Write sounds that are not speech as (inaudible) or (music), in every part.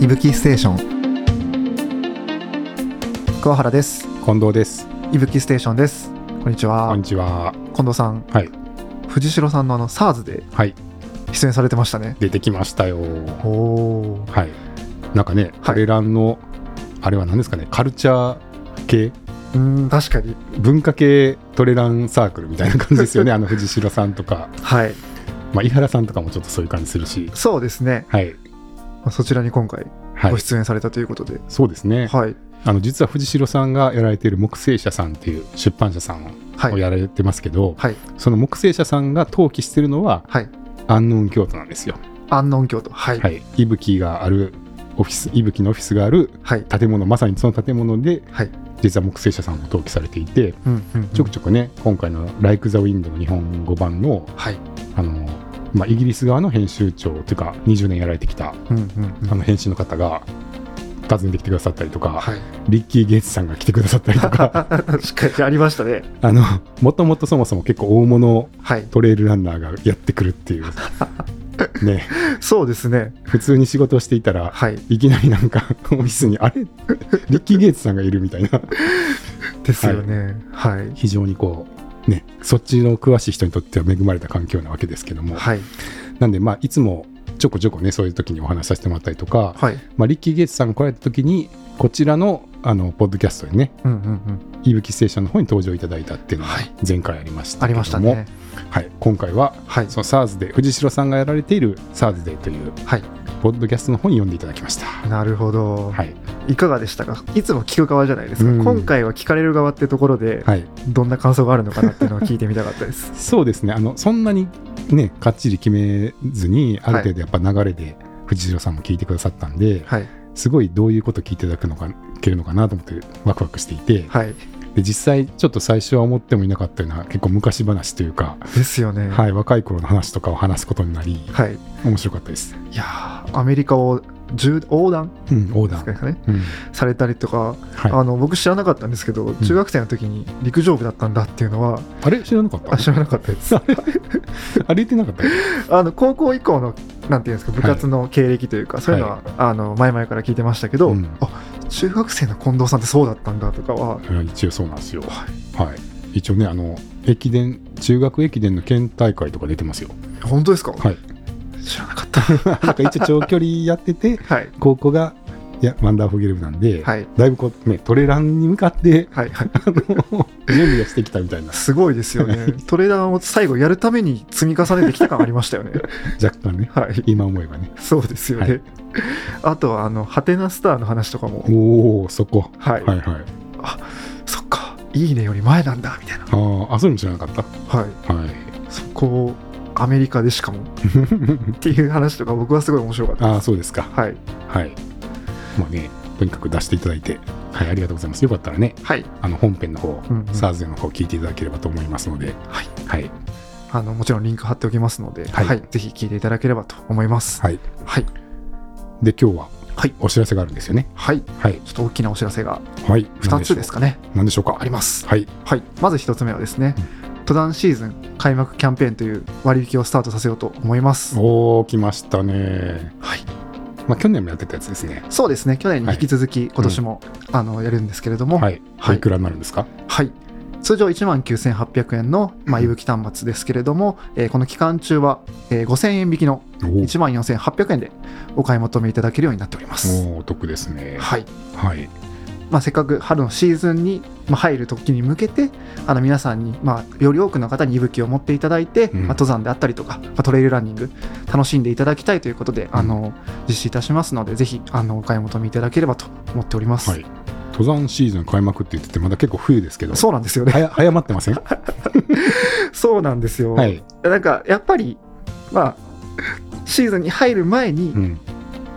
いぶきステーション桑原です近藤です。いぶきステーションですこんにちはこんにちは。近藤さんはい。藤代さんのあの SARS ではい。出演されてましたね出てきましたよ。おおはい。なんかね、彼らの、あれは何ですかね、カルチャー系、うん確かに文化系トレランサークルみたいな感じです (laughs) よね。あの藤代さんとか、はいまあ、井原さんとかもちょっとそういう感じするし。そうですねはい。そちらに今回はいご。出演されたということでそうですね。はいあの実は藤代さんがやられている木星社さんっていう出版社さんはいをやられてますけど、はいその木星社さんが登記してるのははいアンノン京都なんですよ。安納京都はいはい、いぶきがあるオフィス、いぶきのオフィスがあるはい建物、まさにその建物で、はい実は木星社さんも登記されていて、うんうんちょくちょくね、今回の「Like the Wind」の日本語版の、はいあのまあ、イギリス側の編集長というか、20年やられてきたうんうんあの編集の方が訪ねてきてくださったりとか、はいリッキー・ゲイツさんが来てくださったりと (laughs) か、確かにありましたねあのもともとそもそも結構大物はいトレイルランナーがやってくるっていう、 (laughs) ね、そうですね普通に仕事をしていたら、はいいきなりなんかオフィスにあれリッキー・ゲイツさんがいるみたいなですよねはい非常にこうねそっちの詳しい人にとっては恵まれた環境なわけですけども、はいなんでまあいつもちょこちょこねそういう時にお話しさせてもらったりとか、はいまあ、リッキー・ゲイツさんが来られた時にこちらのあのポッドキャストにねうんうんうん「いぶきステーション」の方に登場いただいたっていうのがはい前回ありましたありけども、ましたねはい、今回ははいその SARS で藤代さんがやられている SARS でというはいポッドキャストの方に読んでいただきました。なるほどはい、いかがでしたかいつも聞く側じゃないですかうん今回は聞かれる側ってところではいどんな感想があるのかなっていうのを聞いてみたかったですそうですねあのそんなにねかっちり決めずにある程度やっぱ流れで藤代さんも聞いてくださったんで、 (laughs) はいすごいどういうこと聞いていただくのかけるのかなと思ってワクワクしていてはいで実際ちょっと最初は思ってもいなかったような結構昔話というか、ですよねはい、若い頃の話とかを話すことになりはい面白かったです、いやーアメリカを縦横断うん、横です断、かねうんされたりとか、はい、ああの僕知らなかったんですけど、中学生の時に陸上部だったんだっていうのはれ知らなかったあ知らなかったです (laughs) あれ言ってなかったあの高校以降のなんていうんですか部活の経歴というか、そういうのは、あの前々から聞いてましたけど、うんあ中学生の近藤さんってそうだったんだとかははい一応そうなんですよはい一応ねあの駅伝中学駅伝の県大会とか出てますよ本当ですか、はい (laughs) 知らなかったなんか一応長距離やっててはい高校がいやワンダーフォーゲル部なんで、はいだいぶこう、ね、トレランに向かってはい (laughs) はいあの準備をしてきたみたいなすごいですよねトレーダーを最後やるために積み重ねてきた感ありましたよ (laughs) ね若干ねはい今思えばねそうですよね、はいあとはあのハテナスターの話とかもおおそこはい、はいはいそっかいいねより前なんだみたいなあーあそれも知らなかったはいはい (laughs) そこをアメリカでしかもっていう話とか僕はすごい面白かったあであすそうですかはいはいもうねとにかく出していただいてはいありがとうございますよかったらねはいあの本編の方、んうんサーズの方聞いていただければと思いますのではい、はいあのもちろんリンク貼っておきますので、ははいいぜひ聞いていただければと思いますはい、はいで今日ははいお知らせがあるんですよねはいはいちょっと大きなお知らせがはい2つですかかね何でしょうかありますはいはいまず1つ目はですね、登山シーズン開幕キャンペーンという割引をスタートさせようと思いますおお来ましたねはいまあ去年もやってたやつですねそうですね去年に引き続き今年も、あのやるんですけれどもはい、はいいくらになるんですかはい。通常1万9800円の、まあ、ういんぶき端末ですけれども、えーこの期間中は、えー5000円引きのおー1万4800円でお買い求めいただけるようになっております。おーお得ですねはいはいまあ、せっかく春のシーズンにまあ入る時に向けてあの皆さんに、まあ、より多くの方にいぶきを持っていただいて、うんまあ、登山であったりとか、まあ、トレイルランニング楽しんでいただきたいということで、あの実施いたしますのでぜひあのお買い求めいただければと思っております。はい登山シーズン開幕って言っててまだ結構冬ですけどそうなんですよね。はや早まってませんは (laughs) そうなんですよ、い、なんかやっぱりまあシーズンに入る前にうん、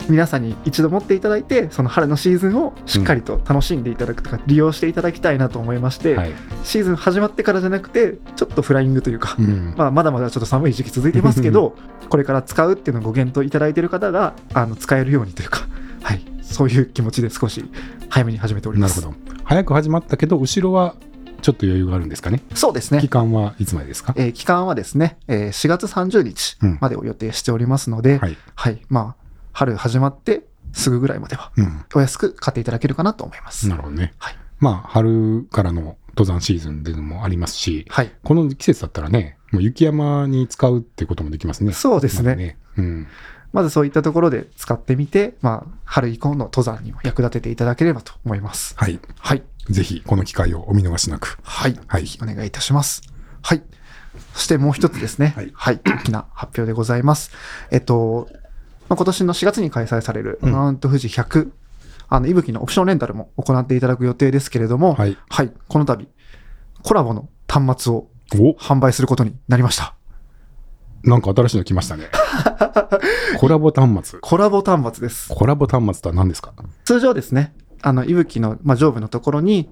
皆さんに一度持っていただいてその春のシーズンをしっかりと楽しんでいただくとか利用していただきたいなと思いまして、はい、シーズン始まってからじゃなくてちょっとフライングというか、うん、まあ、まだまだちょっと寒い時期続いてますけどこれから使うっていうのをご検討いただいている方があの使えるようにというか、はい、そういう気持ちで少し早めに始めておりなまるほす。ど早く始まったけど後ろはちょっと余裕があるんですかねそうですね期間はいつまでですかえー期間はですね、えー4月30日までを予定しておりますので、はいはい、まあ、春始まって、すぐぐらいまでは、うん。お安く買っていただけるかなと思います。なるほどね。はいまあ、春からの登山シーズンでもありますし、はい。この季節だったらね、もう雪山に使うってこともできますね。そうですまねだ。うん。まずそういったところで使ってみて、まあ、春以降の登山にも役立てていただければと思います。はい。はい。ぜひ、この機会をお見逃しなく。はい。はい。お願いいたします。はい。そしてもう一つですね。ははいい。大きな発表でございます。えっと、まあ、今年の4月に開催される、うんマウント富士100、あの、いぶきのオプションレンタルも行っていただく予定ですけれども、はい。はい。この度、コラボの端末をお販売することになりました。なんか新しいの来 (laughs) ましたね。コラボ端末。コラボ端末です。コラボ端末とは何ですか通常ですね、あの、いぶきの、まあ、上部のところに、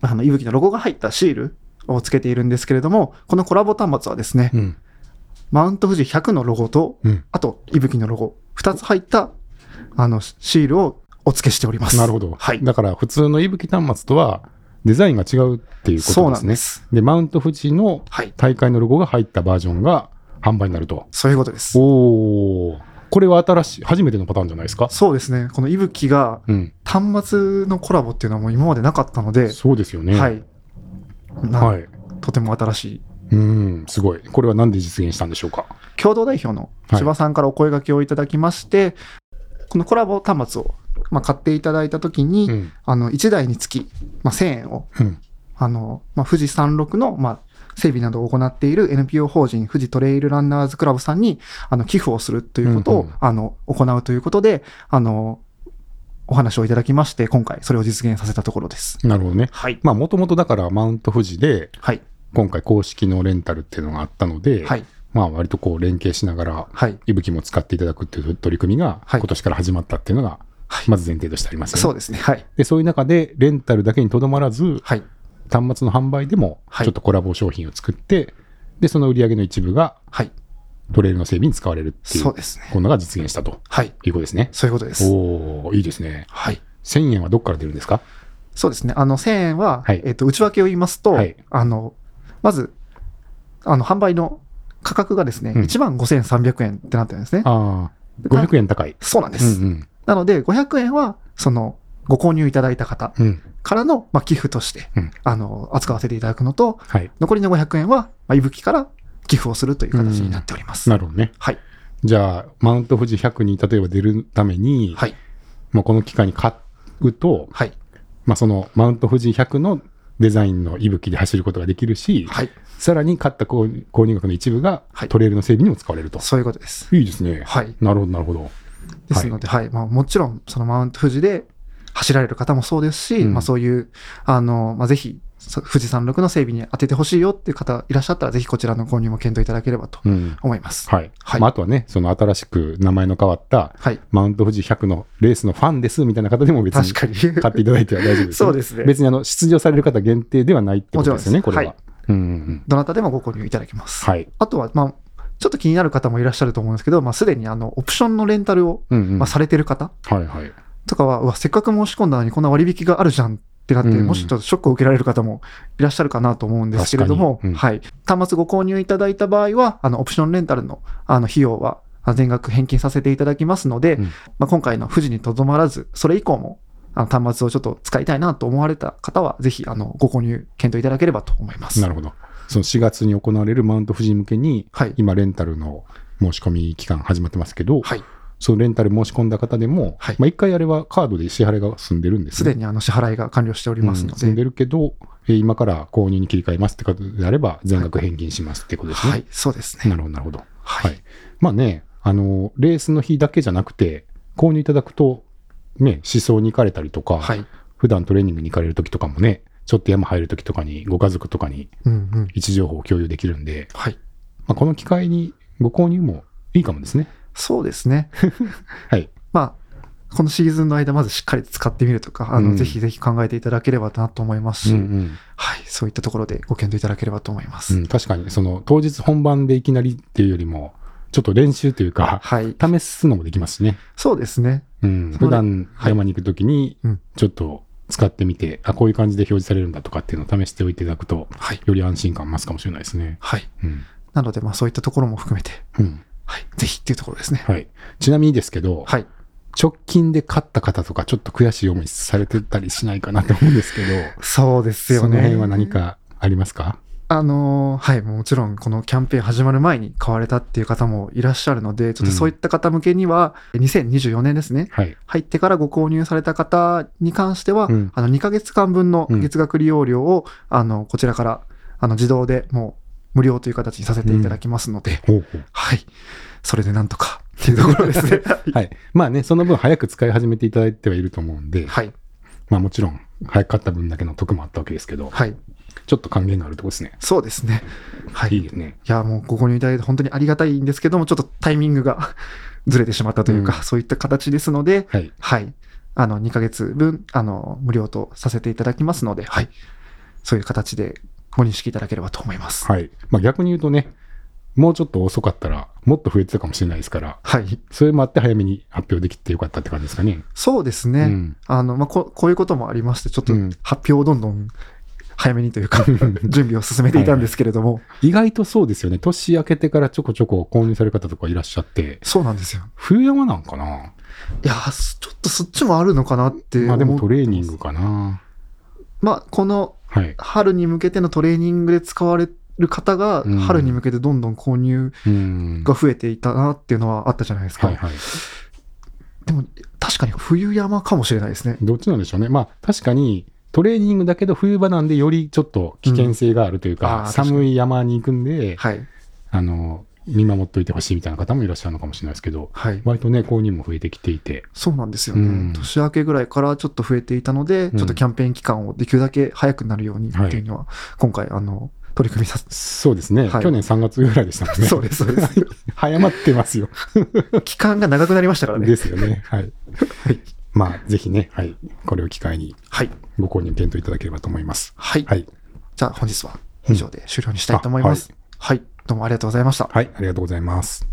あの、いぶきのロゴが入ったシールをつけているんですけれども、このコラボ端末はですね、うん。マウント富士100のロゴと、うん。あと、いぶきのロゴ、2つ入った、あの、シールをお付けしております。なるほど。はい。だから、普通のいぶき端末とは、デザインが違うっていうこそうとでなすんね。です。で、マウント富士のはい。大会のロゴが入ったバージョンが販売になると。そういうことです。おお、これは新しい、初めてのパターンじゃないですか。そうですね。このいぶきがうん、端末のコラボっていうのはもう今までなかったので、そうですよね。はい。なはい。とても新しい。うん、すごい。これはなんで実現したんでしょうか。共同代表の千葉さんからお声掛けをいただきまして、このコラボ端末を、まあ、買っていただいたときに、うん、あの、1台につき、まあ、1000円をうん、あの、まあ、富士山麓の、まあ、整備などを行っている NPO 法人富士トレイルランナーズクラブさんに、あの、寄付をするということを、うんうんあの、行うということで、あの、お話をいただきまして、今回それを実現させたところです。なるほどね。はい。まあ、もともとだから、マウント富士で、はい。今回公式のレンタルっていうのがあったので、はい。まあ、割とこう連携しながら。はい。いぶきも使っていただくっていう取り組みが、はい今年から始まったっていうのが、はいまず前提としてありますよね。そうですね。はい。で、そういう中で、レンタルだけにとどまらず、はい。端末の販売でも、はいちょっとコラボ商品を作って、で、その売り上げの一部がはい。トレイルの整備に使われるっていう、そうですね。こんなのが実現したとはい。いうことですね。そういうことです。おおいいですね。はい。 1000円はどこから出るんですかそうですね。あの、1000円は、はいえっ、と、内訳を言いますと、はいあの、まず、あの、販売の価格がですね、うん1万5300円ってなってるんですね。ああ、で500円高い。そうなんでうす。んなので、500円は、その、ご購入いただいた方うん。うん。からの、まあ、寄付として、うんあの、扱わせていただくのと、はい。残りの500円は、まあ、いぶきから寄付をするという形になっております。なるほどね。はい。じゃあ、マウント富士100に例えば出るために、はい。まあ、この機会に買うと、はい。まあ、そのマウント富士100のデザインの息吹で走ることができるし、はい。さらに買った購入購入額の一部がはいトレイルの整備にも使われると。そういうことです。いいですね。はい。なるほど、なるほど。ですので、はい。まあ、もちろん、そのマウント富士で走られる方もそうですし、うんまあ、そういう、あの、まあ、ぜひ、そ富士山麓の整備に当ててほしいよっていう方いらっしゃったら、ぜひこちらの購入も検討いただければとうん。思います。はい。はいまあ、あとはね、その新しく名前の変わった、はい。マウント富士100のレースのファンですみたいな方でも別に確か買に。っていただいては大丈夫です、 (laughs) そうですね。別にあの出場される方限定ではないってことですよね、もこちれろんは。ですうんうんうん。どなたでもご購入いただけます。はい。あとは、まあ、ちょっと気になる方もいらっしゃると思うんですけど、まあ、すでにあの、オプションのレンタルを、うんうんまあ、されてる方はいはい。とかは、うわ、せっかく申し込んだのにこんな割引があるじゃんってなって、うんもしちょっとショックを受けられる方もいらっしゃるかなと思うんですけれども確、かにうんはい。端末ご購入いただいた場合は、あの、オプションレンタルの、あの、費用は、あ全額返金させていただきますので、うんまあ、今回の富士にとどまらず、それ以降も、あの端末をちょっと使いたいなと思われた方は、ぜひ、あの、ご購入検討いただければと思います。なるほど。その4月に行われるマウント富士向けに、はい。今、レンタルの申し込み期間始まってますけど、はい。そのレンタル申し込んだ方でも、はいまあ、1回あれはカードで支払いが済んでるんですすねでにあの支払いが完了しておりますのうん済んで、でるけど、えー今から購入に切り替えますって方であれば、全額返金しますってことですね。はい、そうですね。なるほど、なるほど。ははいい。まあね、あの、レースの日だけじゃなくて、購入いただくと、ね、思想に行かれたりとか、はい。普段トレーニングに行かれる時とかもね、ちょっと山入る時とかに、ご家族とかにうんうん。位置情報を共有できるんで、はい。まあ、この機会にご購入もいいかもですね。そうですね。 (laughs) はい。 (laughs) まあ、このシーズンの間、まずしっかり使ってみるとか、あうの、んぜひぜひ考えていただければなと思いますうし、んうんはい。そういったところでご検討いただければと思いまうす。ん、確かに、その当日本番でいきなりっていうよりも、ちょっと練習というか、はい。試すのもできますしね。そうですね。うん、そう普段山に行くときにはいうん、ちょっと使ってみて、あ、こういう感じで表示されるんだとかっていうのを試しておいていただくと、はい。より安心感増すかもしれないですね。はい。うん。なので、まあ、そういったところも含めて、うん。はい。ぜひっていうところですね。はい。ちなみにですけど、はい。直近で勝った方とか、ちょっと悔しい思いされてたりしないかなと思うんですけど、そうですよね。その辺は何かありますかあのーはい、もちろんこのキャンペーン始まる前に買われたっていう方もいらっしゃるので、ちょっとそういった方向けには、2024年ですね、はい。入ってからご購入された方に関しては、うんあの2ヶ月間分の月額利用料を、あのこちらからあの自動でもう無料という形にさせていただきますので、ほうほうはい、それでなんとかっていうところです (laughs) ね。はい。まあね、その分早く使い始めていただいてはいると思うんで、はい、まあもちろん、早かった分だけの得もあったわけですけど、はい、ちょっと還元があるとこですね。そうですね。はいい、いいですね。や、もうご購入いただいて本当にありがたいんですけども、ちょっとタイミングが (laughs) ずれてしまったというか、うそういった形ですので、はい。はい。あの、2ヶ月分、あの、無料とさせていただきますので、はい。そういう形でご認識いただければと思います。はい。まあ逆に言うとね、もうちょっと遅かったら、もっと増えてたかもしれないですから、はい。それもあって早めに発表できてよかったって感じですかね。そうですね。うん (laughs) あの、まあ、こ、こういうこともありまして、ちょっとうん発表をどんどん早めにという (laughs) か、準備を進めていたんですけれども、意外とそうですよね。年明けてからちょこちょこ購入される方とかいらっしゃって、そうなんですよ。冬山なんかないやー、すちょっとそっちもあるのかなって思う。まあでもトレーニングかなまあ、このはい。春に向けてのトレーニングで使われる方が、うん春に向けてどんどん購入うん。が増えていたなっていうのはあったじゃないですか。はいはい。でも、確かに冬山かもしれないですね。どっちなんでしょうね。まあ確かに、トレーニングだけど冬場なんでよりちょっと危険性があるといううんか、あー寒い山に行くんで、はい。あの、見守っておいてほしいみたいな方もいらっしゃるのかもしれないですけど、はい。割とね、購入も増えてきていて、そうなんですよね、うん年明けぐらいからちょっと増えていたので、うんちょっとキャンペーン期間をできるだけ早くなるようにっていうのは、今回、あの、取り組みさせて、そうですね、はい去年3月ぐらいでしたも (laughs) んね。そうです、そうです。早まってますよ。期間が長くなりましたからね。ですよね。はい。はい。まあ、ぜひね、はい。これを機会にはい。ご購入検討いただければと思います。はい。はい。じゃあ、本日は以上で終了にしたいと思います。はい、どうもありがとうございました。はい、ありがとうございます。